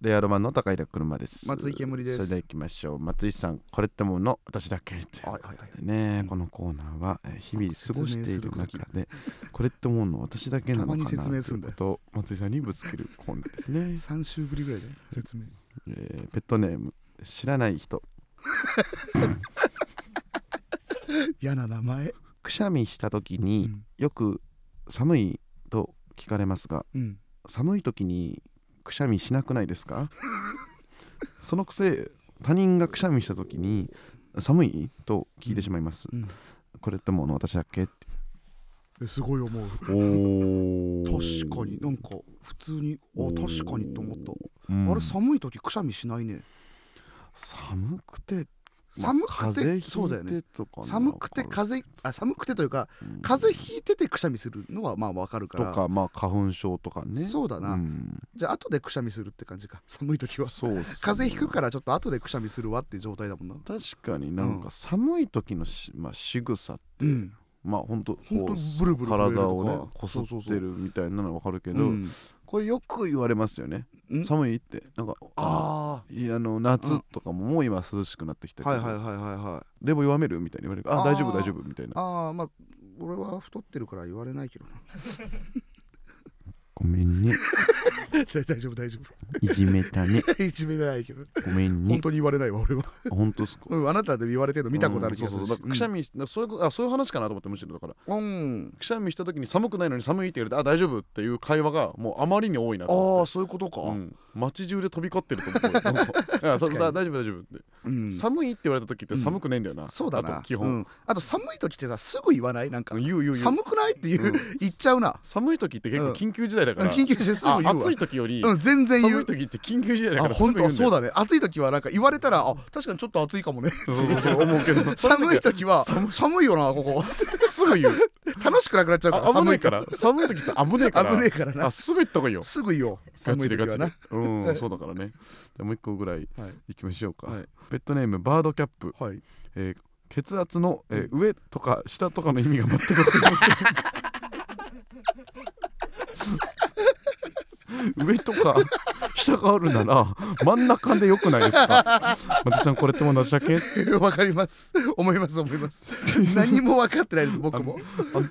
レイヤードマンの高平車です。松井煙ですそれでは行きましょう。松井さん、これってもの私だけというはいはいこはいとでね、うんこのコーナーはえー日々過ごしているなん中か説明するで、これってもの私だけなのかなたまに説明するんだよ。ということを松井さんにぶつけるコーナーですね3週 ぶりぐらいで説明えーペットネーム、知らない人。嫌な名前くしゃみした時うにん、よく寒いと聞かれますが、うん、寒い時にくしゃみしなくないです かそのくせ他人がくしゃみした時に寒いと聞いてしまいます、うんこれってもう私だっけえすごい思うお確かになんか普通にあ確かにと思ったに、うんあれ寒い時くしゃみしないね寒くてまあ寒く風て邪そうだよひいねてとかな寒くて風邪あ寒くてというかうん風邪ひいててくしゃみするのはまあわかるかとらかまあ花粉症とかねそうだなうんじゃあ後でくしゃみするって感じか 寒い時はそうっすね風邪ひくからちょっと後でくしゃみするわっていう状態だもんな確かになんか寒い時のし、まあ、仕草って、うん、まあ本当こうほんとブルブル震えるとか体をねこすそうそうっそうてるみたいなのわかるけうど、ん、これよく言われますよねん寒いってなんかあいやあの夏とかももう今涼しくなってきたあけど、はいはいはいはいはい冷房弱めるみたいに言われるああー大丈夫大丈夫みたいなああまあ俺は太ってるから言われない けどなごめんね大丈夫大丈夫いじめたねいじめないけどごめん 本当に言われないわ俺はあ本当っすかうんあなたで言われてるの見たことある気がすうるんしそうそうだからくしゃみ、だからそういうことあそういう話かなと思ってむしろだからうんくしゃみした時に寒くないのに寒いって言われてあ大丈夫っていう会話がもうあまりに多いなとあ思あってそういうことか、うん、街中で飛び交ってると思うよなんかあそう 確かにだ大丈夫大丈夫って、うん寒いって言われた時って寒くないんだよな、そうだなあと基う本、んあと寒い時ってさすぐ言わないなんか言う言う言う寒くないっていう、うん言っちゃうな寒い時って結構緊急事態だから、緊急してすぐあ言うわ暑い時より、うん全然言寒うい時って緊急事態だかあらすぐ本言う当んだそようだね暑い時はなんか言われたらあ確かにちょっと暑いかもねそうそうそう思うけど 寒い時は寒いよなこ こすぐ言う楽しくなくなっちゃうからあ危な寒いいかからら寒い時って 危ねえから危ねえからなあすぐ言った方 がいいよすぐ言おうガ寒チいで時ガチはでな うんそうだからねじゃあもう一個ぐらいはいいきましょうか、はいペットネームバードキャップ、はいえー血圧の、えー上とか下とかの意味が全く分かりま せん上とか下があるなら真ん中でよくないですか松井さんこれって同じだけ わかります思います思います 何も分かってないです僕もあ確か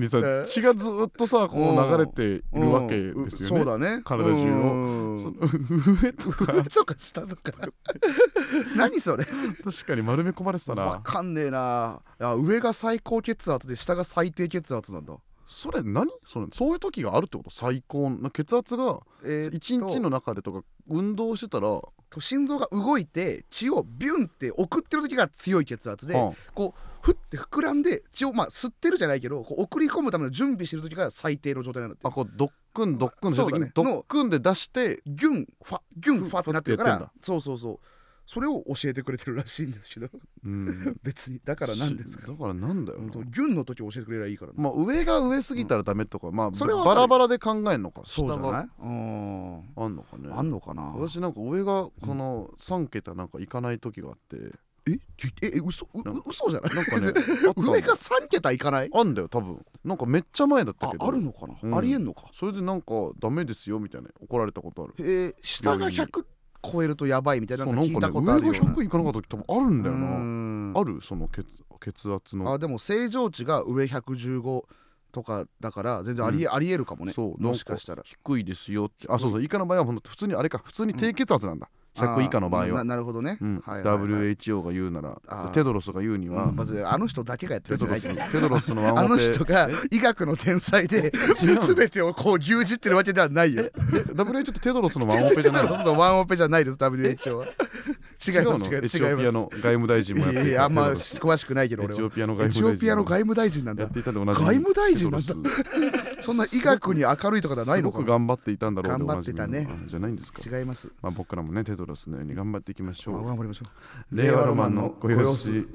にさ、えー血がずっとさこう流れているわけですよね。うんそうだね体中をうんその上とか 上とか下 とか何それ確かに丸め込まれてたわな。かんねえないや上が最高血圧で下が最低血圧なんだそれ何それそういう時があるってこと最高な血圧がえーっと一日の中でとか運動してたら、と心臓が動いて血をビュンって送ってる時が強い血圧で、うんこうふって膨らんで血をまあ吸ってるじゃないけどこう送り込むための準備してる時が最低の状態なんだってあこうドックンドックンあしてるそう時だにねドックンで出してギュンファギュンファってなってるかふってやらそうそうそうそれを教えてくれてるらしいんですけど うん別にだから何ですかだからなんだよなうんとギュンの時教えてくれればいいからねまあ上が上すぎたらダメとか、まあそれはわかバるラよバラで考えるのかそうじゃ下がないうんあんのかねあんのかな私なんか上がこの3桁なんかいかない時があってえきええ嘘うう嘘じゃないなん かねあったの上が3桁いかないあんだよ多分なんかめっちゃ前だったあけどあるのかな、うんありえんのかそれでなんかダメですよみたいな怒られたことあるへえ下が100超えるとやばいみたいなそなうんかなんか聞いねたことあるよ上うが100いかなかった時多分あるんだようなーんあるその血血圧のあでも正常値が上115とかだから全然あり,、ありえるかもねそうもしかしたら低いですよってあそうそう以下の場合はほんと普通にあれか普通に低血圧なんだ、100以下の場合あーはななるほどね、うんはいはいはい WHO が言うなあらーテドロスが言うには、うんまずあの人だけがやってるテんじドゃなロいステドロスのワンオあペの人がえ医学の天才で違うの全てをこう牛耳ってるわけではないよ。え WHO ってテドロスのワンオペテじゃなドいロスのワンオペじゃないです WHO は。違うのエチオピ違います違いますアの外務大臣もやっいてやいいたやあんまテドロス詳しくないけどエ俺チはオピアのエ外チ務大臣オピアの外務大臣なんやだっていたで同じ外務大臣なんだテドロスそんな医学に明るいとかではないすのごかくな頑張っていたんだろうでおなじみの頑張ってたあじゃないんですか、違いますまあ、僕らもねテドロスのように頑張っていきましょあう頑張りましょう令和ロマンのご様ご様子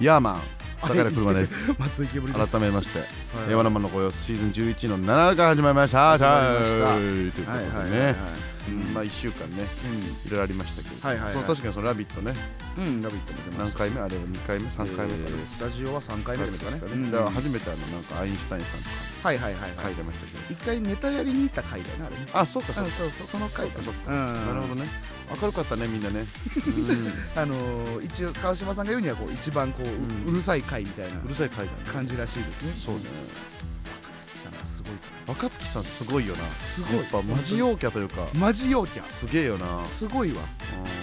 ヤーマン高平車です松井けぶりです改めまましてはい令和ロマンのご様子シーズン11の7が始まりました始まりましたはいということはいはいではいはいねまあ1週間ねうんいろいろありましたけど、はいはいはいその確かにその「ラビット!」ねうんラビットも出ま何した回目あれは2回目3回目かな、えースタジオは3回目ですかねねうんだから初めてあのなんかアインシュタインさんとはいはいはいかは書いいてましたけど、一回ネタやりに行った回だよねあれねあそうかそうあか、そうそうその回だねそっかそっうんなるほどね明るかったねみんなね、うあのー一応川島さんが言うにはこう一番こう、ううんうるさい回みたいな んうるさい回だね感じらしいですねそうね若槻さんがすごいか若槻さんすごいよならすやっぱマジ陽キャというかマジ陽キャすげえよなすごいわ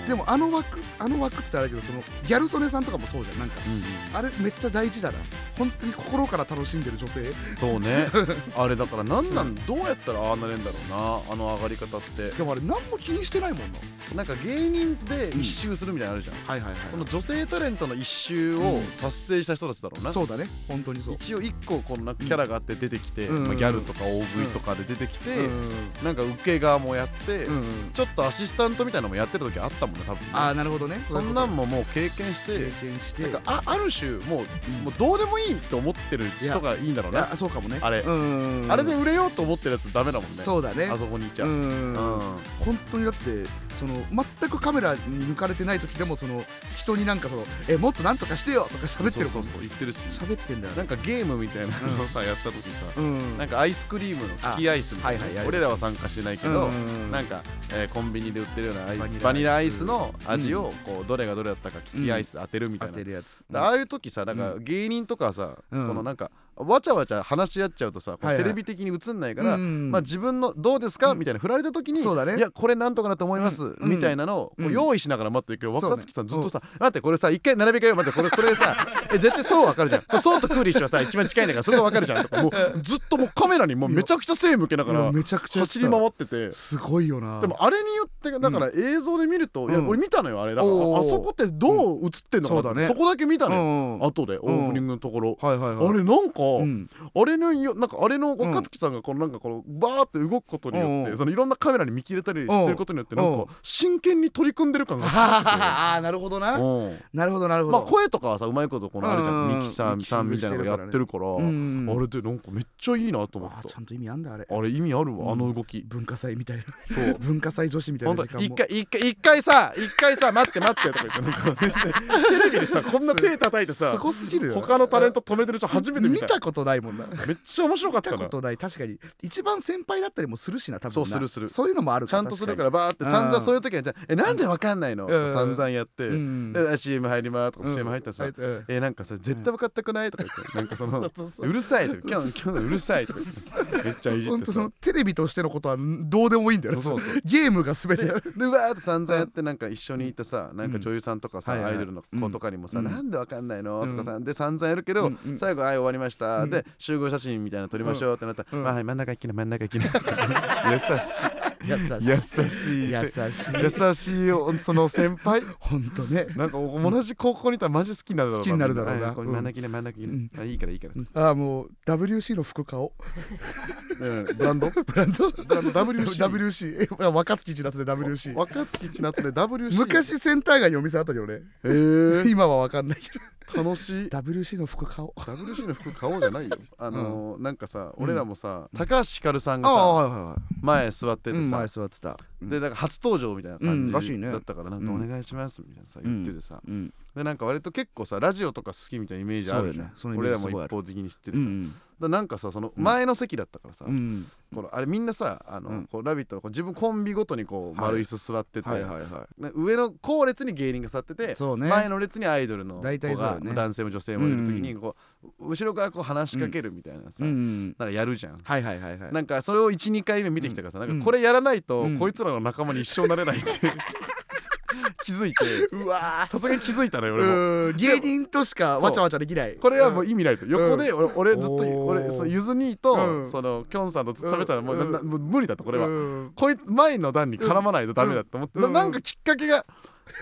うんでもあの枠あの枠って言ったらあれだけどそのギャル曽根さんとかもそうじゃんなんかうんうんあれめっちゃ大事だな本当に心から楽しんでる女性そうね あれだからなんなんどうやったらああなれんだろうなあの上がり方ってでもあれ何も気にしてないもんななんか芸人で一周するみたいなのあるじゃん、はいはいはいその女性タレントの一周を達成した人たちだろうな、そうだね本当にそう一応一個こんなキャラがあって出てきて、うんまあ、ギャルとか大食いとかで出てきて、うんなんか受け側もやって、うんちょっとアシスタントみたいなのもやってる時あったもんね多分ねああなるほどねそんなんもももう経験し経て験してなんかあある種もう,、もうどうでもいいと思ってる人がいいんだろういなやそうかもねあれうんあれで売れようと思ってるやつダメだもんねそうだねあそこにいちゃうう、んうん本当にだってその全くカメラに抜かれてない時でもその人になんかそのえもっとなんとかしてよとか喋ってるもんそうそうそう言ってるし喋ってんだよなねんかゲームみたいなのをさ、やった時にさ、うんなんかアイスクリームの利きアイスみたいな、あはいはいはい俺らは参加してないけど、うんなんか、えーコンビニで売ってるようなアイスババニニララアアイイススの味をこうどれがどれだったか利きアイス当てるみた当いな、てるやつだああいう時さなんかう芸人とかさ、うんこのなんかわちゃわちゃ話し合っちゃうとさ、こうはいはいテレビ的に映んないから、うんまあ、自分のどうですか、うんみたいな振られた時にそうだねいやこれなんとかなと思います、うんみたいなのをこううん用意しながら待ってるけど、そう若ね槻さんずっとさ、待ってこれさ一回並べ替えよう待ってこれ これさえ絶対そうわかるじゃんこれそうとクーリッシュはさ一番近いんだからそれがわかるじゃんとかも うずっともうカメラにもうめちゃくちゃ背向けながいらやめちゃくちゃやって走たり回ってて。すごいよなでもあれによってだから映像で見ると、うんいや俺見たのよあれだから、おーあそこってどう映ってんのかなって、そうだねそこだけ見たうのよ、んうん後でオープニングのところ、はいはいはいあれなんか、うんあれのよなんかあれの若槻さんがこのなんかこのバーって動くことによって、うんそのいろんなカメラに見切れたりしてることによってうなんんか真剣に取り組んでる感がすああなるほど なごくて、うんなるほどなるほどまあ声とかはさうまいことこのあれじゃうんうんんうんミキサーさんみたいなのがやってるから、うんあれでなんかめっちゃいいなと思っあーちたゃんと意味あんだあれあれ意味あるわ、うんあの動き文化祭みたいなそう文化祭女子みたい本な当時間も一回一回一回さ一回さ待って待ってとか言ってなんかテレビでさこんな手叩いてすさごすぎるよ他のタレント止めてる人初めて見見たたことないもんなめっちゃ面白かっ見たたなことない確かに一番先輩だったりもするしな多分なそうするするそういうのもあるちゃんとするかららバーってうん散々そういう時はじゃあえなんでわかんないの?」うん散々やってうんで CM 入ります」とかうん CM 入ったらさはいうん「えなんかさ絶対分かったくない?」とか言ってなんかその そうそう「そううるさい」とか「今日の 今日のうるさい」とか言ってめっちゃいじっ本て当そさのテレビとしてのことはどうでもいいんだよねそうそうゲームが全てででうわーって散々やってなんか一緒にいたさなんか女優さんとかさはいはいアはいイドルの子とかにもさ「うんなんでわかんないの?」とかさで散々やるけどうんうん最後「はい終わりました」うんで集合写真みたいなの撮りましょうってなったら「うんまあはい真ん中行きな真ん中行きな」優 し優しい優しい優しい優しいおその先輩本当ねなんか同じ高校にいたらマジ好きになるだろうな好きになるだろうなはいこうん真ん中に真ん中にあいいからいいからああもう WC の服買おう うんブランドブランドブランド WC WC え若月千夏で WC 若槻千夏で WC 昔センター街にお店あったけどねえー今は分かんないけど楽しい WC の服買おう WC の服買おうじゃないよあのーなんかさうん俺らもさ高橋ひかるさんがあさはいはいはい前座っててうんさ前座ってたうんでなんか初登場みたいな感うんらしいじねだったからなんかおうん願いしますみたいなさ言っててさうんでなんか割と結構さラジオとか好きみたいなイメージあるじゃんそうよ俺ねそのイメーらジすもごいあ一る方的に知ってうるさんだなんかさその前の席だったからさうんこのあれみんなさ「あのうんこうラビット!」のこう自分コンビごとにこうはい丸椅子座ってて、いはね上の後列に芸人が座ってて、そうね前の列にアイドルの子大体そうが、だね男性も女性もいる時にこう後ろからこう話しかけるみたいなさ、んなんかやるじゃん。はいはいはいはいなんかそれを12回目見てきたからさ、んなんかこれやらないと、うんこいつらの仲間に一生なれないって 気づいてうわさすがに気づいたのよ俺も。ーうん芸人としかわちゃわちゃできないこれはもうい意味ないと横で俺,、俺ずっとおー俺そのゆず兄と、うんそのきょんさんとずっと喋ったらもう,な、うんなもう無理だとこれは、はこいつ前の段に絡まないとダメだと思って、うんななんかきっかけが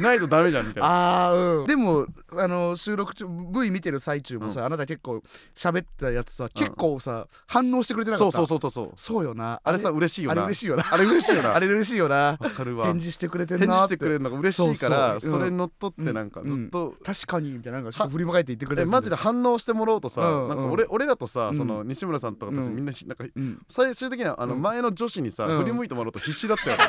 ないとダメじゃんみたいなあーうんでもあの収録中 V 見てる最中もさ、あなた結構喋ってたやつさ結構さ、反応してくれてなかそっうたそうそうそうそうそうよなあれさ嬉しいよあれな嬉しいよなあれ嬉しいよ なあれ嬉しいよわなかるわ返事してくれてん返事なしっててくれるのが嬉しいからそうそそうれにのっとってなんかうんずっと確かにみたいななんか振り向かえて言ってくれえてマジで反応してもらおうとさうんなんか俺俺らとさうんその西村さんとかたちうんみんなしなんかうん、最終的にはあのうん前の女子にさうん振り向いてもらおうと必死だった よね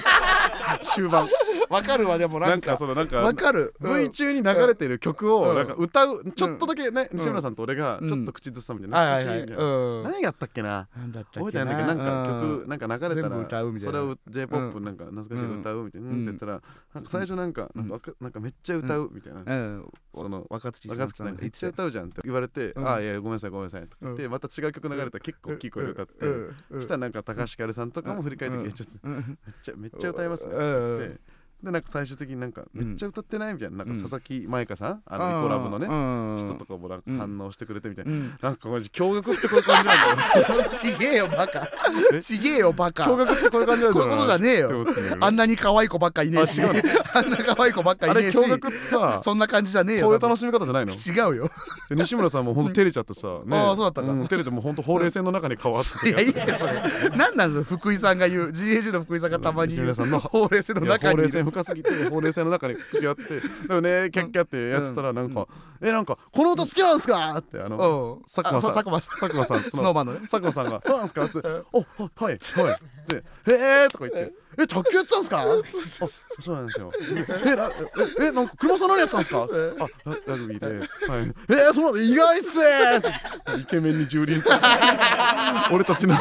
終盤わかるわでもななんんかかそのなんかわかる、うん V 中に流れてる曲うをんなんか歌うちょっとだけねうん西村さんと俺がうんちょっと口ずさみたいなはいは懐いかしいみたはいいなうん何やったっけななんだったっ覚えてけなないんだけどなんかうん曲なんか流れた全部歌らうみたいなそれを J−POP なんか懐かしい歌うみたいなううんんって言ったらなんか最初なんかうんなんかわかなんかめっちゃ歌うみたいなうんその若槻若槻さんが「言いっっちちゃゃった歌うじゃん」って言われて「うんああいやごめんなさいごめんなさい」とか言ってまた違う曲流れたら結構大きい声で歌ってうんうそんしたらなんか高橋ひかるさんとかも振り返ってきていうんや「ちょっとうんめっちゃめっちゃ歌いますね」うんってでなんか最終的になんか「うんめっちゃ歌ってない?」みたいななんうかん佐々木舞香さんあのニコラボのねね人とかもなんかうん反応してくれてみたいな。うんなんかマジ驚愕ってこういう感じなんだよちげえよバカえちげえよバカ驚愕ってこういう感じなんだよこういうことじゃねえよって思ってんだけどあんなに可愛い子ばっかいねえしあ違うあんな可愛い子ばっかあいねれえし驚愕ってさそんな感じじゃねえよこういう楽しみ方じゃない の違うよで西村さんもほんと照れちゃってさ、ね、ああそうだったかん照れてもうほんとほうれい線の中に変わっていやいい ってそれ何なんそれ福井さんが言う GAG の福井さんがたまに言う西村さんのほうれい線のいや中ほうにれいい線る深す ぎてほうれい線の中に口あってでもねキャッキャってやってたらなんか「えなんかこの歌好きなんすか?」ってあうのん佐久間さんあそう佐久間さん佐久間さんスノーマンのね佐久間さん が「そうなんすか?」って「おははいはい」で「えー」とか言って「え卓球やってたんすか?」あそうなんですよえらええなんか車さん何やってたんすかあララグビーではいえー、そうなんだ意外っすねイケメンに蹂躙され俺たちの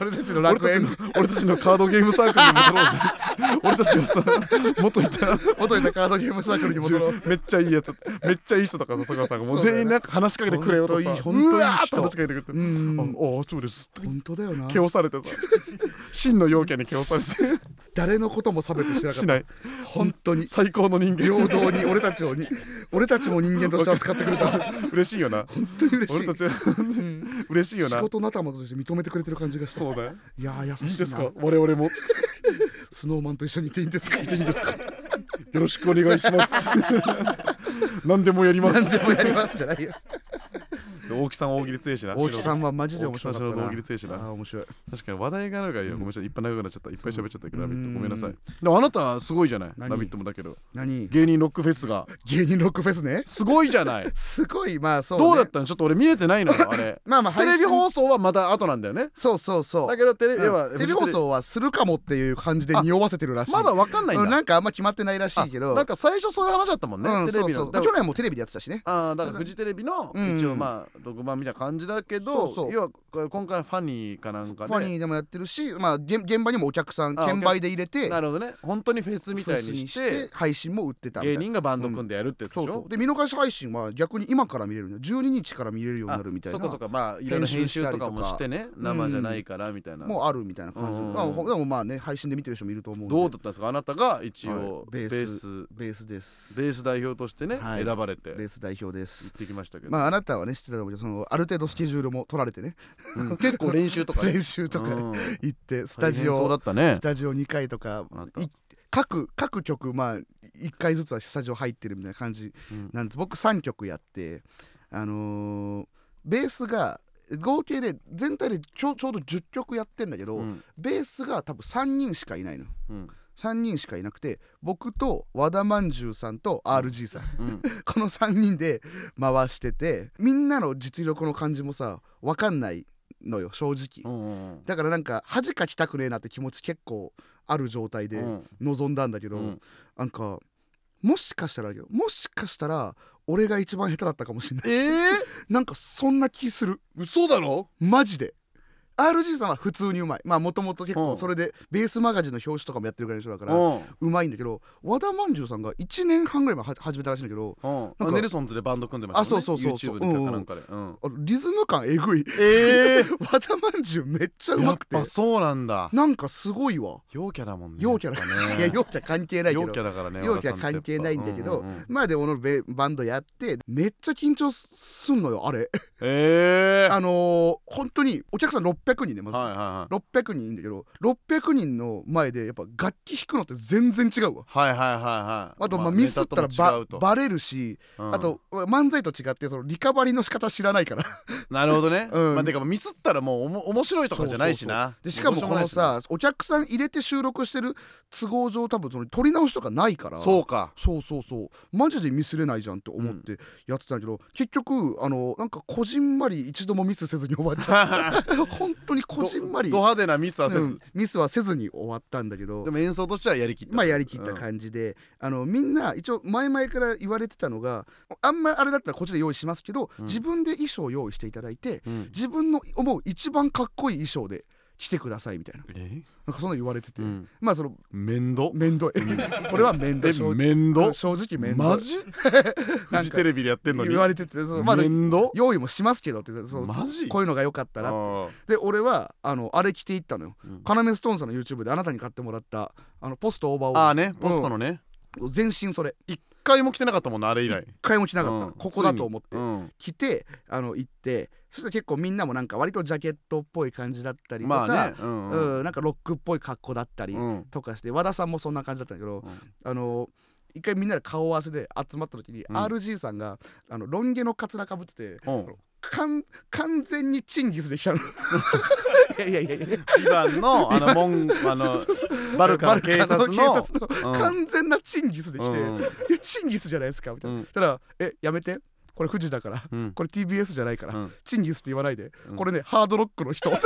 俺たちの俺楽たち園の俺たちのカードゲームサークルに戻ろう ぜ俺たちはさ元いた元いたカードゲームサークルに戻ろうめっちゃいいやつめっちゃいい人とかさ佐川さんがもうそうだよ全ね員なんか話しかけてくれよとさほんといいうわーってほんといい人話しかけてくれてんああそうですって本当だよなけおされてさ真の陽キャにけおさ れ誰のことも差別しててなかしっないた本当に最高の人間平等に俺たちをに 俺たちも人間として扱ってくれ た本嬉しいよな当に嬉し俺いた ちはうん嬉しいよ仕な事仲間として認めてくれてる感じがしたそうだよいやー優しいないいですか我々もスノーマンと一緒にいていいんですかいていいんですかよろしくお願いします 何でもやります何でもやりますじゃない よ大木さん大喜利強いしな大木さんはマジで面白かった大木さんなの大喜利強いしなあー面白い確かに話題があるからいやごめんなさいいっぱい長くなっちゃったいっぱい喋っちゃったけどうラんビットごめんなさいでもあなたすごいじゃないラ何ビットもだけど何芸人ロックフェスが芸人ロックフェスねすごいじゃ ないすごいまあそうねどうだったのちょっと俺見れてないのよあ れまあまあテレビ送放送はまた後なんだよねそうそうそうだけどテレビはうんテレビ放送はするかもっていう感じで匂わせてるらしいまだわかんないんうんだなんかあんま決まってないらしいけどなんか最初そういう話だったもんねうんテレビそうそのうだか去ら年もテレビでやってたしねあーだからフジテレビのうん一応まあ特番みたいな感じだけそうどそう要はこれ今回ファニーかなんかファニでーでもやってるし、まあ、現現場にもお客さんあ券売で入れてなるほどね本当にフェスみたいにしフェスにして配信も売ってたみたい芸な人がバンド組んでやるってやつでそうしそょうで見逃し配信は逆に今から見れるの12日から見れるようにあなるみたいそなっかそっかまあいろいろ編編集集したりととかかもしてね生じゃないからみたいな、もうあるみたいな感じ、うんまあ、ほでもまあね配信で見てる人もいると思うんでどうだったんですかあなたが一はい応ベベーーススベースですベース代表としてね、はい選ばれてベ行ース代表ですってきましたけど、まああなたはね知ってたと思うけどそのある程度スケジュールも取られてねうん結構練習とかね練習とかね、うん行ってスタジ大変そうだオ、ったね スタジオ2回とかあなたい各各曲まあ1回ずつはスタジオ入ってるみたいな感じうんなんです僕3曲やってあのーベースが合計で全体でちょちょうど10曲やってんだけど、うんベースが多分3人しかいないのうん3人しかいなくて僕と和田まんじゅうさんと RG さん、うんこの3人で回しててみんなの実力の感じもさ分かんないのよ正う直んうんだからなんか恥かきたくねえなって気持ち結構ある状態でうん臨んだんだけど、うんなんかもしかしたらよもしかしたら俺が一番下手だったかもしれない えー、なんかそんな気する嘘だろマジで RG さんは普通にうまいまあもともと結う構んそれでベースマガジンの表紙とかもやってるぐらいの人だかうらんうまいんだけど和田まんじゅうさんが1年半ぐらい前は始めたらしいんだけどうんなんかあネルソンズでバンド組んでましたもんあそうそうそうそう YouTube でかなんかで、うんあリズム感えぐい えー和田まんじゅうめっちゃうやまっくてぱそうなんだなんかすごいわ陽キャだもんね陽キャだやっぱねいや陽キャ関係ないけ陽どキャだからね陽キャ和田さんってやっぱ関係ないんだけどううんうんまあで俺のベバンドやってめっちゃ緊張すんのよあれ えー、あのー本当にお客さん600 600人でまず、はいは600人いるんだけど600人の前でやっぱ楽器弾くのって全然違うわいはいはいはいはいはいあとまあミスったらば、ババレるし、あと漫才と違ってそのリカバリーの仕方知らな いからなるほどね、うんまあてかまあミスったらもうおも面白いとかじゃないしなでしかもこのさお客さん入れて収録してる都合上多分その取り直しとかないからそうかそうそうそうマジでミスれないじゃんって思ってやってたんだけど、結局あのなんかこじんまり一度もミスせずに終わっち ゃった本当にこじんまりド派手なミスはせず、うんミスはせずに終わったんだけどでも演奏としてはやりきったまあやりきった感じで、あのみんな一応前々から言われてたのがあんまあれだったらこっちで用意しますけど、うん自分で衣装を用意していただいてうん、うん自分の思う一番かっこいい衣装で来てくださいみたいなえなんかそんなの言われてて、うんまあその面倒面倒いこれは面倒え正直面倒正直面倒マ ジフジテレビでやってんのに言われててそのまだ面倒用意もしますけどってそのマジこういうのが良かったらあで俺はあのあれ着ていったのよーうん要ストーンさんの YouTube であなたに買ってもらったあのポストオーバーオーあルーねポストのね全身それ一回も来てなかったもんなあれ以来買いもしなかった、うんここだと思って、うん着てあの行ってそしたら結構みんなもなんか割とジャケットっぽい感じだったりとか、まあねうんううんん、なんかロックっぽい格好だったりうんとかして、和田さんもそんな感じだったんだけど、うんあの一回みんなで顔合わせで集まった時に、うん RG さんがあのロン毛のカツラかぶっててうんかん完全にチンギスで きたのいやいやいやいやビバンのあの門あ のバルカの警察の警察のうん完全なチンギスできて、うんえチンギスじゃないですかみたいな、うんたら「えやめてこれ富士だからうんこれ TBS じゃないから、うんチンギスって言わないで、うんこれねハードロッ クの人マ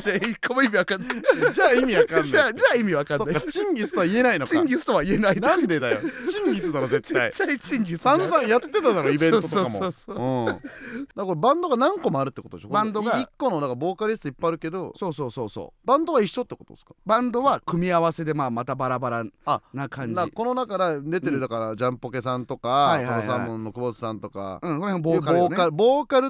ジで一個も意味わかんないじゃあ意味わかんない じゃあじゃあ意味わかんそっないかチンギスとは言えないのかチンギスとは言えないなんでだよチンギスだろ絶対絶対 チンギス散々やってただろイベントとかもそうそうそううんだからこれバンドが何個もあるってことでしょバンドが1個のだからボーカリストいっぱいあるけどそうそうそうそうバンドは一緒ってことですかバンドは組み合わせでまあまたバラバラあな感じなこの中から出てるだからジャンポケさんとかはいこはいはいのサーモンの久保田さんとかうんこの辺ボボーーカカル、ルボよーねカル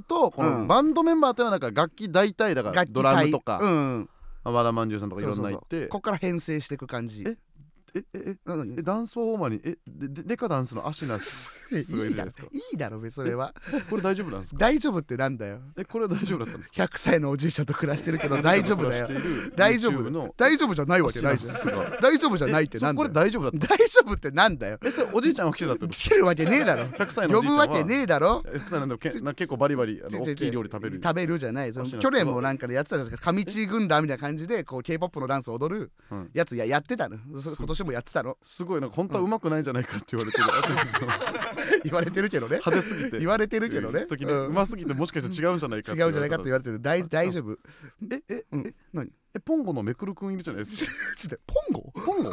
とこうのんバンドメンバーってのはなんか楽器大体だから楽器ド隊ラムとか、うん和田まんじゅうさんとかいそうろそんうなそいうってここから編成していく感じええええなのにえダンスパフォーマーにえででデカダンスの足なんですいすごいいじゃだないろですかいいだろ別にそれはこれ大丈夫なんですか大丈夫ってなんだよえこれは大丈夫だったんですか100歳のおじいちゃんと暮らしてるけど大丈 夫だよ大丈夫だよの大丈夫じゃないわけ足なないんじでゃんすが大丈夫じゃないってなそんこだれよ大丈夫だっ大丈夫ってなんだよたえそれおじいちゃんは来てたってこと来てるわけねえだろ100歳のお呼じいちゃぶんはわけねえだろ100歳なんでもけな結構バリバリあの大きい料理食べる食べるじゃないその足の去年もなんかでやってたじゃないですか上地軍団みたいな感じでこう K-POP のダンスを踊るうんやつややってたのそ今年もやってたの すごいなんか本当はうまくないんじゃないかって言われてる言われてるけどね派手すぎて言われてるけどねうん時にううんますぎてもしかしたら違うんじゃないか違うじゃないかって言わわれてる大大丈夫れたええうん何ちえポンゴのめくるくんいるじゃないですかょっとポンゴポンゴい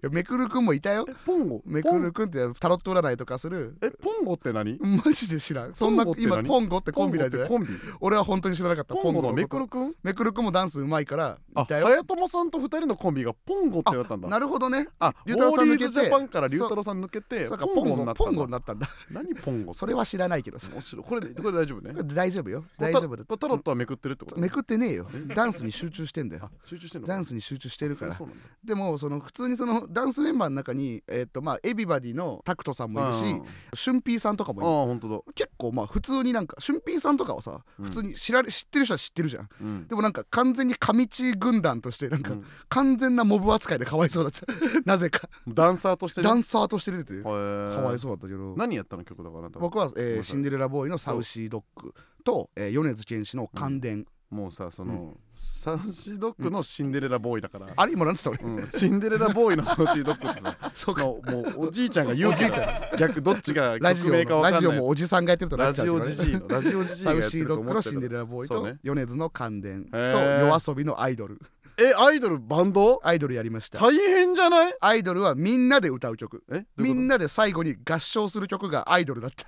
やめくるくんもいたよえポンゴめくるくんってタロット占いとかするポンえポンゴって何マジで知らんそんなポンゴって今何ポンゴってコンビなんポじンゃゴってないコンビ俺は本当に知らなかったポンゴのめくめくるるくんめくるくんもダンスうまいからあいたよ早友さんと二人のコンビがポンゴってなったんだなるほどねあ龍ウ太郎ォさーん抜リけーてズジャパンから龍太郎さん抜けてそうかポポンンゴになゴったポんンだゴになったんだ何ポンゴそれは知らないけどさ面白いこれこれ大丈夫ね大丈夫よ大丈夫こだれタロットはめくってるってことめくってねえよえダンスに集中してんだよあ集中してんのダンスに集中してるからそうなんだでもその普通にそのダンスメンバーの中にえっとまあエビバディのタクトさんもいるしうんシュンピーさんとかあもいる本当だ結構まあ普通になんかシュンピーさんとかはさうん普通に知られ知ってる人は知ってるじゃんうんでもなんか完全に上地軍団としてなんかうん完全なモブ扱いでかわいそうだった なぜかダンサーとしてねダンサーとして出ててへかーわいそうだったけど何やったの曲だからあなたは僕は、ごめんえなーさいシンデレラボーイのサウシードッグと、えー、米津玄師の感電、もうさそうのサウシードッグのシンデレラボーイだからあれ今なんつった俺、うんシンデレラボーイのサウシードッグってさ そうかのもうおじいちゃんが言うから逆どっちがラジ曲名かオわラかんジオないもおじさんがやってるとなラっちゃうジオけどねじじいのラジオじじいサがウやってシーるドとッ思グっのてシンデレラボーイそうと、ね米津の感電とへー夜遊びのアイドルたえアイドルバンドアイドルやりました大変じゃないアイドルはみんなで歌う曲えみんななで最後に合唱する曲がアイドルだった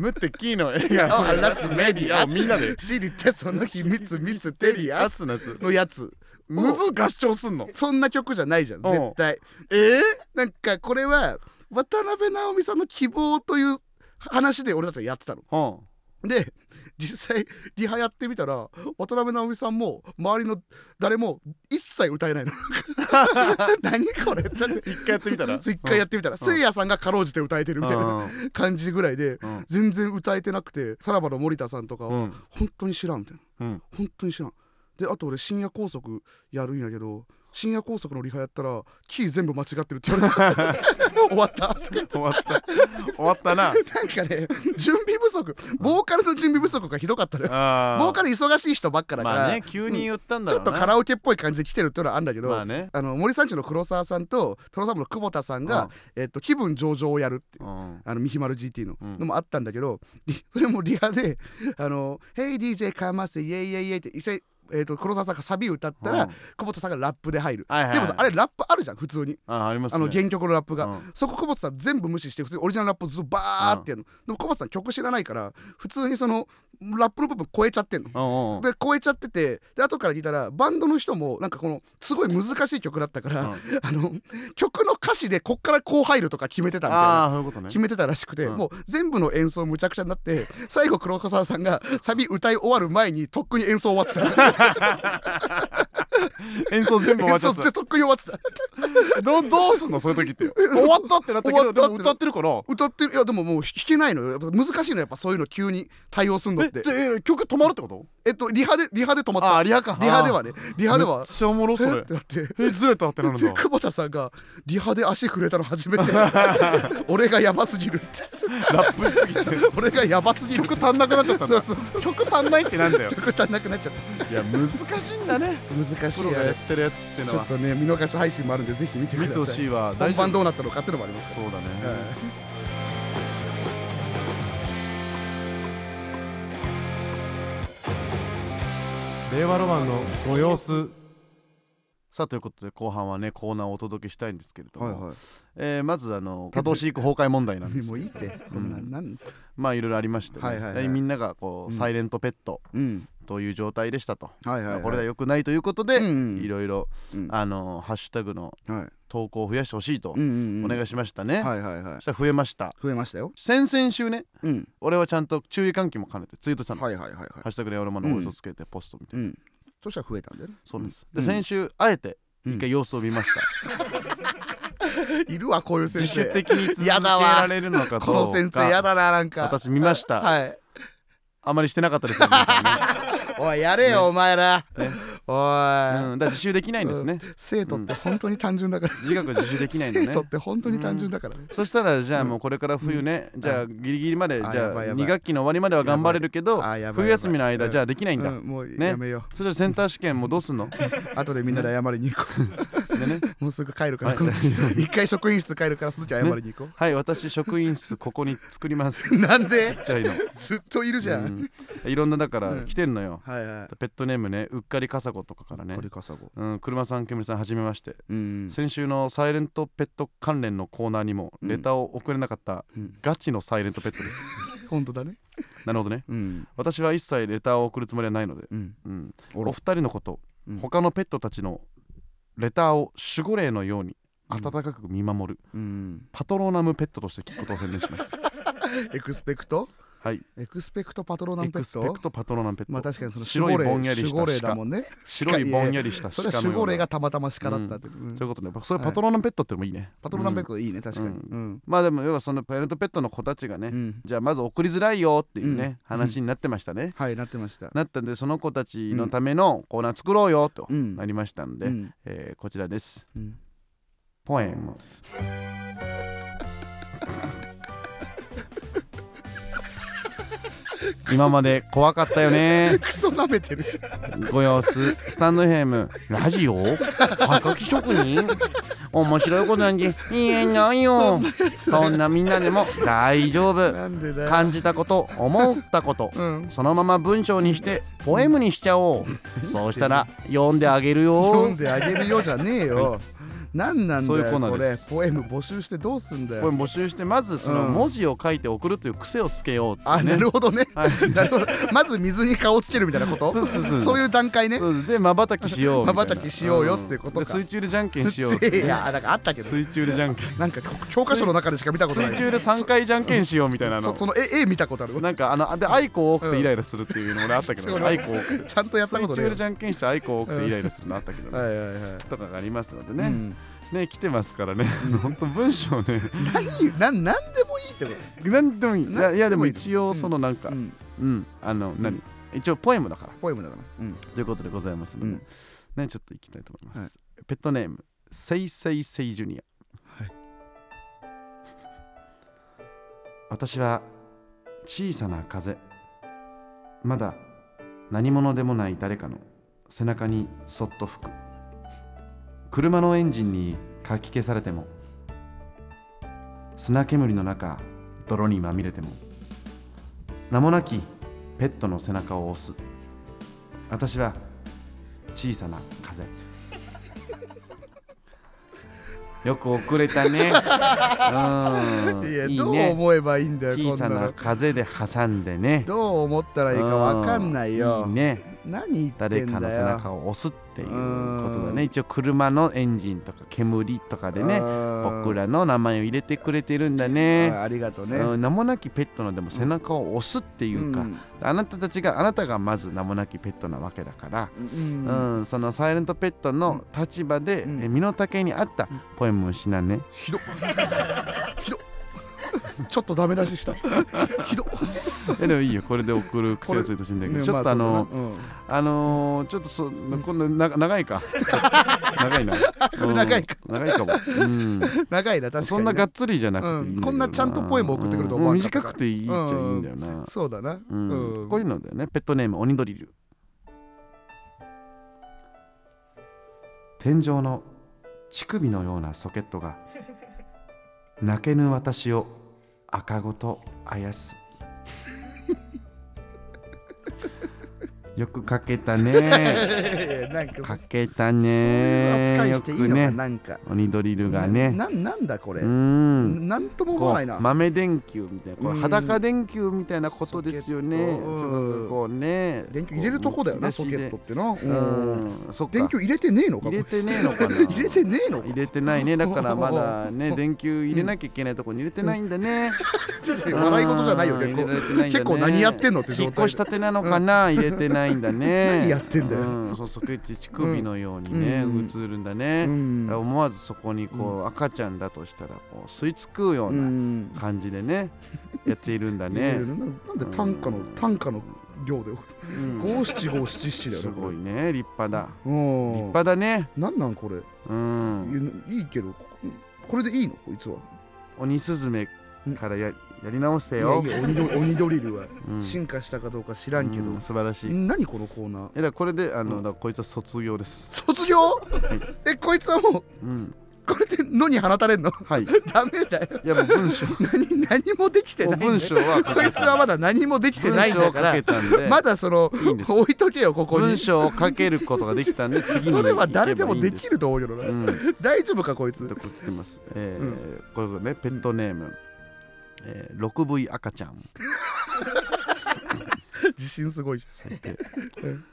ムテキーの映画 あラツメデいィやアみんなで知りてその秘密ミステリアススのやつのやつむず合唱すんのそんな曲じゃないじゃんうん絶対えー、なんかこれは渡辺直美さんの希望という話で俺たちはやってたのはで実際リハやってみたら渡辺直美さんも周りの誰も一切歌 えないの何これだって一回やってみたら一回やってみたらせいやさんがかろうじて歌えてるみたいな感じぐらいでうんうん全然歌えてなくてさらばの森田さんとかうはん本当に知らんみたいなうん本当に知らんであと俺深夜拘束やるんやけど深夜拘束のリハやったらキー全部間違ってるって言われた 終わったとか終わった終わった ななんかね準備不足ボーカルの準備不足がひどかったのよあボーカル忙しい人ばっかだから、まあね急に言ったんだちろょうっなとカラオケっぽい感じで来てるっていうのはあるんだけど、まあねあの森三中の黒沢さんとトロサムの久保田さんうんが、えっと気分上々をやるっていううんあのミヒマル GT のうんのもあったんだけど、リ それもリハで「あの Hey DJ かませイエイイエイイエイ」って一緒にえっと黒沢さんがサビ歌ったら、うん久保田さんがラップで入る、はいはいはいでもさあれラップあるじゃん普通に、あありますねあの原曲のラップが、うんそこ久保田さん全部無視して普通にオリジナルラップをずっとバーってやるの、でも久保田さん曲知らないから普通にそのラップの部分超えちゃってんの、うんうんで超えちゃっててで後から聞いたらバンドの人もなんかこのすごい難しい曲だったから、うん あの曲の歌詞でこっからこう入るとか決めてたみたいあな。あそういうことね決めてたらしくて、うんもう全部の演奏むちゃくちゃになって最後黒沢さんがサビ歌い終わる前にとっくに演奏終わって た演奏全部終わ演っちゃ奏っとっくに終わってたたどうどうすんの そういう時 って終わったってなったけど終わでったっても歌ってるから歌ってるいやでももう弾けないのよやっぱ難しいのやっぱそういうの急に対応すんのっえてじゃあえ曲止まるってことえっとリハでリハで止まったあリハかリハではねリリハでめはっちゃおもろそえっれてなってえずれたってなるんでだ久保田さんがリハで足震えたの初 めて俺がやばすぎるってラップし すぎて俺がやばすぎる曲足んなくなっちゃったんそうだそうそう曲足んないってなんだよ曲足んなくなっちゃったいや難しいんだね難し プいロやがやっねてるやつってちのょっはとね見逃し配信もあるんでぜひ見てく見だてほさしいいわ本番うどうなったのかってのもありますかそうだねら、はい令和ロマンのご様子さあということで後半はねコーナーをお届けしたいんですけれども、はいえーまずあ の多頭飼育崩壊問題なんですもういいってこんなうんなんまあいろいろありましてね、はいはいはいでみんながこう、うんサイレントペットうんという状態でしたと、はいはい、まはあい、これではよ良くないということで、うんいろいろ、うんあのハッシュタグのはい投稿を増やしてほしいとうんうんうんお願いしましたね、はいはいはいそしたら増えました増えましたよ先々週ねうん俺はちゃんと注意喚起も兼ねてツイートしたの、はいはいはいはいハッシュタグレオロマンの放送つけてポストみたいな、うんそしたら増えたんだよねそうなんです、うんで先週あえてうん一回様子を見ました、いるわこういう自先主生的に続けやだわられるのかどうかこの先生やだななんか私見ました、はいあまりしてなかったですよ、皆さんねおいやれよ、お前ら、ねおい、うん、だから自習できないんですね生徒って本当に単純だから、自学自習できないんだ生徒ねって本当に単純だからね、そしたらじゃあもうこれから冬ね、じゃあギリギリまでじあゃやばあいやばい2学期の終わりまでは頑張れるけどやばいあやばいやばい冬休みの間うんじゃあできないんだ、うんもうねやめよそしたらセンター試験もどうす んのう、後でみんなで謝りに行こでねうもうすぐ帰るからはいこの人 一回職員室帰るからその時謝りに行こはい私職員室ここに作りますちうなんでっちゃいのずっといるじゃん、うんいろんなだかうらん来てんのよ、はいはペットネームねうっかりかさことかからいねこれかさごうん、車さん煙さんはじめまして、うん先週のサイレントペット関連のコーナーにもレターを送れなかったうんガチのサイレントペット です、本当だねなるほどねうん私は一切レターを送るつもりはないので、うんうん、おおろ二人のこと、うん他のペットたちのレターを守護霊のように温かく見守る、うんパトローナムペットとして聞くことを宣伝します エクスペクトはいエクスペクトパトロナエンペクッスペトクトパトローナムペット、まあ確かにその白い守護霊ぼんやりした守護霊だもんね白いぼんやりしたそれは鹿の守よ護う霊ながたまたま鹿だったって、うんそういうことねそれはいパトローナムペットってのもいいね、パトロナンペッうんトいいね、確かに、うんまあでも要はそのパイレットペットの子たちがね、うんじゃあまず送りづらいよっていうね、うん話になってましたね、はいなってましたなったんでその子たちのためのコーナー作ろうよとうんなりましたんで、うんえーこちらですうんポエム 今まで怖かったよねクソ舐めてるしご様子スタンドヘムラジオはがき職人面白いことなんて言えないよ そんなみんなでも大丈夫なんでだよ感じたこと思ったことうんそのまま文章にしてポエムにしちゃおうそうしたら読んであげる読よんであげるよじゃねえよ、なんなんだよそういうコーナーこでれすポエム募集してどうすんだこれよ募集してまずそのうん文字を書いて送るという癖をつけようっていうねあなるほどねはいなるほどまず水に顔をつけるみたいなことそうそうそうそういう段階ねそうでまばたきしようみたいな瞬きしようよってことでか水中でじゃんけんしようってねいやなんかあったけど水中でじゃんけんなんか教科書の中でしか見たことない水中で3回じゃんけんしようみたいなのそその絵絵見たことあるなんかあので愛子多くてイライラするっていうの俺あったけどうんね愛子多くてちゃんとやったこと水ね中でじゃんけんして愛子多くてイライラするのあったけどはねいはいはいとかがありますのでうねんね来てますからね本当文章ね何なんなんでもいいってこ何でもいいいやいやでも一応うんそのなんかと、うん、うんあの何一応ポエムだからポエムだから、うん、ということでございますので、うんねちょっといきたいと思います、ペットネームセイセイセイジュニアはい私は小さな風まだ何者でもない誰かの背中にそっと吹く車のエンジンにかき消されても砂煙の中泥にまみれても名もなきペットの背中を押す私は小さな風よく遅れ たねうんいやいいどうね思えばいいんだよ小こんなさなの風で挟んでねどう思ったらいいかわかんないよ、うんいいね何言って誰かんのだ背よ中を押すっていうことだうんね一応車のエンジンとか煙とかでねうん僕らの名前を入れてくれてるんだあねありがとうね、うん名もなきペットのでも背中を押すっていうか、うんあなたたちがあなたがまず名もなきペットなわけだから、うんうんそのサイレントペットの立場で、うんえ身の丈に合ったポエムをしな ね、ひどっひどっちょっとダメ出しした ひどっえでもいいよこれで送る癖をついてほしいんだけど、ねちょっとまあの、そうだなうんあのー、ちょっとそ、こんなな長い か長いなれ長いか、うん長いかも、うん、長いな確かにねそんながっつりじゃなくていいだけどうんこんなちゃんとポエム送ってくると思わうんなかった短からくていいっちゃいいんだよな、そうだなうんうんこういうのだよねペットネーム鬼ドリル天井の乳首のようなソケットが泣けぬ私を赤子とあやす よくかけた ねえーなんかかそけたそうねいう扱いしていいのかよくねなんか鬼ドリルがねななんなんだこれうんなんとも思こわないうな豆電球みたいなこううん裸電球みたいなことですよね。ソケットうんこうね電球入れるとこだよなこソうむケき出しでットってなうんうん、そっか電球入れてねえのか入れてねえののかな 入れてねえのか入れてないねだからまだ ね電球入れなきゃいけないとこに入れてないんだねうん笑い事じゃないよ入れら結構れてないんだね結構何やってんのって引状っ越態したてなのかな入れてないんだね何やってんだようん、そうソケッチ乳首のようにねうん映るんだね、うん思わずそこにこう、赤ちゃんだとしたらこう吸い付くような感じでね、やっているんだ ねね。なんで単価の単価の量でうん五七五七七だよすねこごれいね立派だ。うん立派だね。なんなんこれうん。いいけどここれでいいのこいつは鬼スズメからややり直せいよ。やいや鬼 ド鬼ドリルはうん進化したかどうか知らんけどうん素晴らしい。え何このコーナーだからこれであの、うんだからこいつは卒業です。卒業えこいつはもううん。これで野に放たれんのはい。いダメだよやもう文 章何何もできてないんだよ文章は書こいつはまだ何もできてないんだか文章を書けらたんで。まだそのいいんです置いとけよここ 文に章を書けることができたんで次にそれは誰でもできる。ると思うけどう。なん大丈夫かこいつとこ来てます。えーこれねペットネーム、えー、6部位赤ちゃん。自信すごいじゃん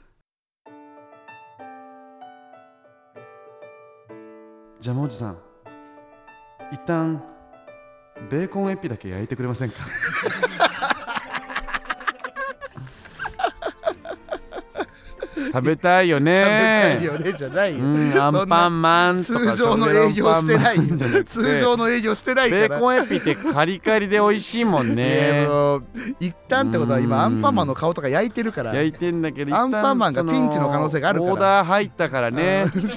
ジャムおじさん一旦ベーコンエピだけ焼いてくれませんか 食べたいよ食べたいねよねじゃないようん、アンパンマンとか通常の営業してないそれアンパンマンじゃなくて通常の営業してないベかーらコンエピってカリカリで美味しいもんいやねその一旦ってことはうん今アンパンマンの顔とか焼いてるから焼いてんだけど一旦アンパンマンがピンチの可能性があるからそのオーダー入ったからねうベんベ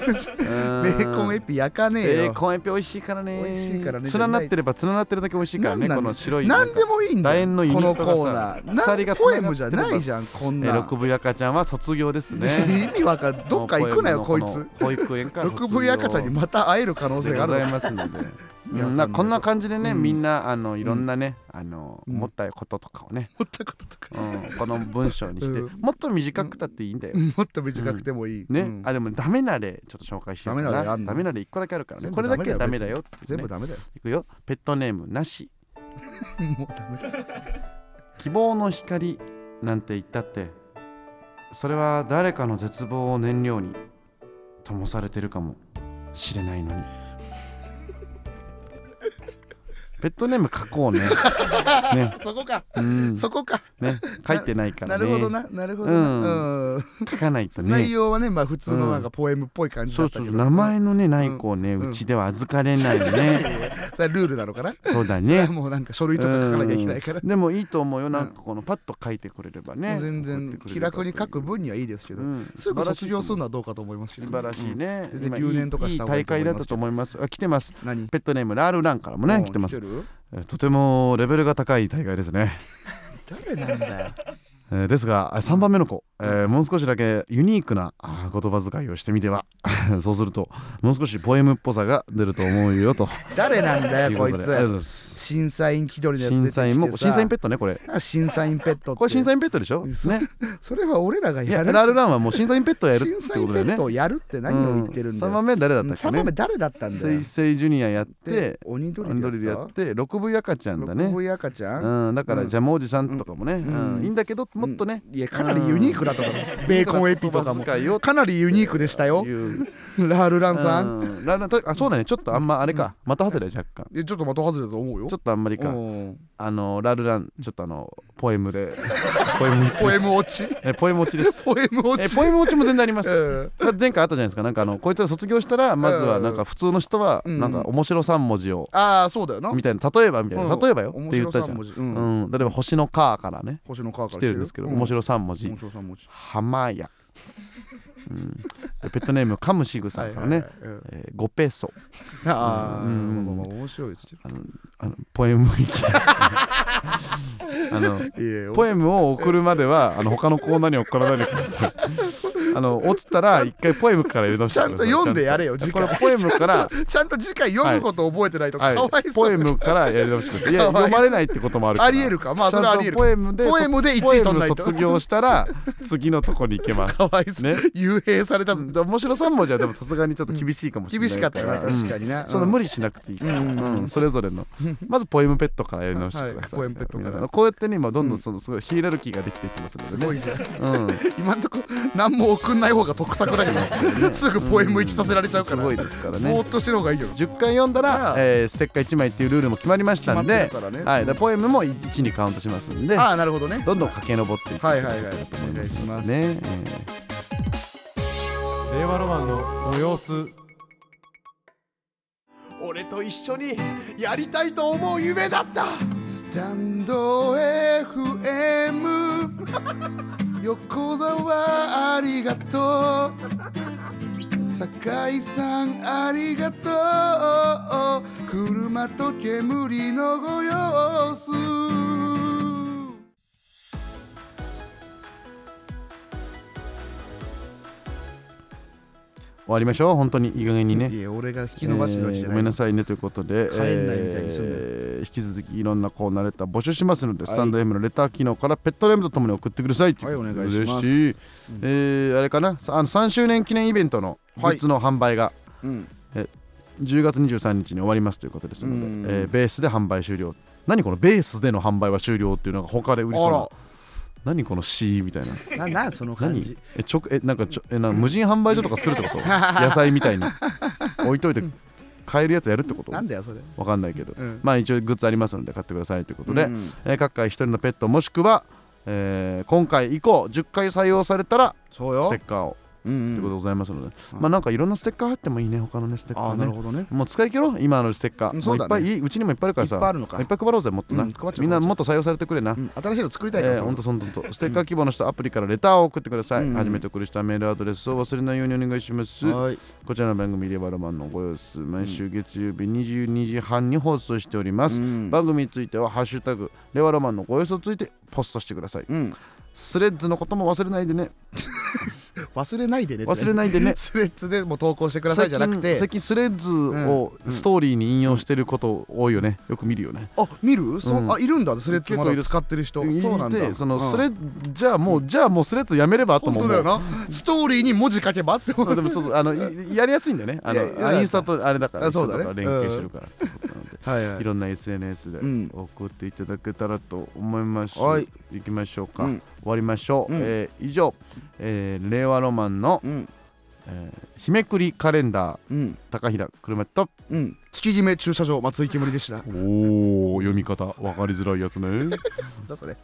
ーコンエピ焼かねえベーよコンエピ美味しいからね美味しいからね連なってれば連なってるだけ美味しいからねなんなこんの白い何でもいいんだよ楕円のユニこッのトがさコーナー鎖ながポ繋エがってムじればゃないじゃんこんえーな六分赤ちゃんは卒業ですねね意味わかん どっか行くなよこいのつ保育園から 六分赤ちゃんにまた会える可能性でがあごるざのいかますのでいやみんなこんな感じでね、うんみんなあのいろんなね、あのうん思ったこととかをね、思ったこととかうんこの文章にして、 うもっと短くたっていいんだよ、もっと短くてもいい、ね、うんあでもダメな例ちょっと紹介しようかなダメな例ダあんメのな例1個だけあるからね全部これだけはダダメメだだよよっていう全ね部ダメだよいくよペットネームなしもうダメだ希望の光なんて言ったってそれは誰かの絶望を燃料に灯されてるかもしれないの にペットネーム書こうねね そこかうんそこかね書いてないからなねるほどななるほどな、うんうん書かないと内ね容はねまあ普通のなんかポエムっぽい感じそだうったけそど、う名前のねない子をねうんうちでは預かれないねそれはルールなのかな、そうだねもうなんか書類とか書かなきゃいけないからう、んでもいいと思うよなんかこのパッと書いてくれればね全送って然くれ気れば楽に書く分にはいいですけど、うんすぐ卒業する素のはどうかと思いますけど晴らしいねうん全今然留年とかいいいいした方がい大いと思会いますだったと思いますけどあ来てますうん何ペットネームラールランからもね来てますおるえとてもレベルが高い大会ですね誰なんだよえーですがあ3番目の子、えーもう少しだけユニークなあー言葉遣いをしてみては そうするともう少しポエムっぽさが出ると思うよ と誰なんだいようここといでありがとうございまつす審査員気取りのやつ出審てきてさ査員も審査員ペットねこれあ審査員ペットってこれ審査員ペットでしょねそそれは俺らがいややるラルランはもう審査員ペットをやる審っ査てこ員とペだよッねトをやるって何を言ってるんだ3よ、番目誰だったっけ3ね番目誰だったんだセよイセイジュニアやっでて鬼ドアンドリリルルややっったて6分赤ちゃんだね六位赤ちゃん、うんだからうんジャムおじさんとかもねんうんいいんだけどもっとねいやかなりユニークだと思うベーコンエピとかも言葉遣いをかなりユニークでしたよいうラールランさんうんララあそうだねちょっとあんまあれかまた外れ若干いやちょっと的外れだと思うよちょっとあんまりかうんあのラルランちょっとあのポエムでポエム ポエム落ち えポエム落ちですポエムえ落ちポエム落ちも全然ありますうん前回あったじゃないですかなんかあのこいつら卒業したらまずはなんか普通の人はうんなんか面白3文字をああそうだよなみたいな例えばみたいなうん例えばよって面言った白じ三ゃん文字ううんん例えば星の「か」からね星の川か来らてるんですけど面白3文字面白三文字「浜屋」うんでペットネームカムシグさんからねはいはいはいえー5ペソうんああうまあんまあまあ面白いですけどあのあのポエム行きですあのいやポエムを送るまではあの他のコーナーに送らないでくださいあの落ちたら一回ポエムから入れ直しちてゃくんだとさい読んでやれよちゃん次と回これポエムからちゃんと次回読むこと覚えてないとかはわいいそポうエムからやり直してくださいいやかわいそう読まれないってこともあるからありえるかまあちゃそれはありんえとポるかエムでポエムで1ポエ位取んムない卒と業したら次のとこに行けますかわいそうね幽閉されたぞで面白3文字はでもさすがにちょっと厳しいかもしれな厳いしらかったな確かになうんその無理しなくていいから、うんうんそれぞれのまずポエムペットからやり直してください、はいポエムペットから皆さんこうやってね今どんどんそのすごいヒエラルキーができていきますのでねすごいじゃんうん 今んとこ何も送んない方が得策だけどすぐポエム行きさせられちゃうかすらごいぼですからーねっとしてる方がいいよ10回読んだら、えー、ステッカー1枚っていうルールも決まりましたんで決まってるからはねい、だからポエムも1にカウントしますんでああなるほどねどんどん駆け上っていってはいはいはいお願いしますね、え令和ロマンのご様子俺と一緒にやりたいと思う夢だったスタンド FM 横澤ありがとう酒井さんありがとう車と煙のご様子終わりましょう本当にいい加減にねいや俺が引き伸ばしてるわけじえゃーごなめい、んなさいねということで帰んないみたいにすんなよえー引き続きいろんなコーナーレター募集しますので、スタンド M のレター機能からペットネームとともに送ってくださいはいお願いします嬉しい、えーあれかなさあの3周年記念イベントのグはいッズの販売がうん10月23日に終わりますということですので、うんえーベースで販売終了何このベースでの販売は終了っていうのが他で売りそうあなら何この C みたいなななんその感何じえちょえなんかちょえな無人販売所とか作るって こと野菜みたいに置いといて買えるやつやるってことなんだよそれわかんないけど、うんまあ一応グッズありますので買ってくださいということで、うんえー各界一人のペットもしくは、えー今回以降10回採用されたらそうスよテッカーをうといんうこうとんでございますので、うんまあなんかいろんなステッカー入ってもいいね他のねステッカあーあねなるほどねもう使い切ろう今のステッカーうんそうだねもいっぱいいいうちにもいっぱいあるからさいっぱいあるのかいっぱい配ろうぜもっとな、うん配っちゃおうみんなもっと採用されてくれな、うん新しいの作りたいからえー、さほんとそんとほんとステッカー希望の人アプリからレターを送ってください、うんうん初めて送るしたメールアドレスを忘れないようにお願いしますはいこちらの番組「レバルマン」のご様子毎週月曜日22時半に放送しております、うん番組については「ハッシュタグレバルマンのご様子」をついてポストしてくださいうんスレッズのことも忘れないでね忘れないでねって忘れないでね スレッズでも投稿してくださいじゃなく最近て最近スレッズをうんストーリーに引用してること多いよねよく見るよねあ見るそ、うんあいるんだスレッズ結構まいだる使ってる人そうなんいだてそのうんスレッじゃあもうじゃあもうスレッズやめればと本も思当うだよなストーリーに文字書けばって思そううでもちょっ とあのいやりやすいんだよねあのいやいやインスタとあれだからあそうだねインスタとか連携してるからってことなんではいはいろんな SNS でうん送っていただけたらと思います、はい行きましょうか、うん終わりましょう、うんえー以上、えー令和ロマンの、うんえー日めくりカレンダーうん高平車とうん月決め駐車場松井煙でしたおお読み方わかりづらいやつねだそれ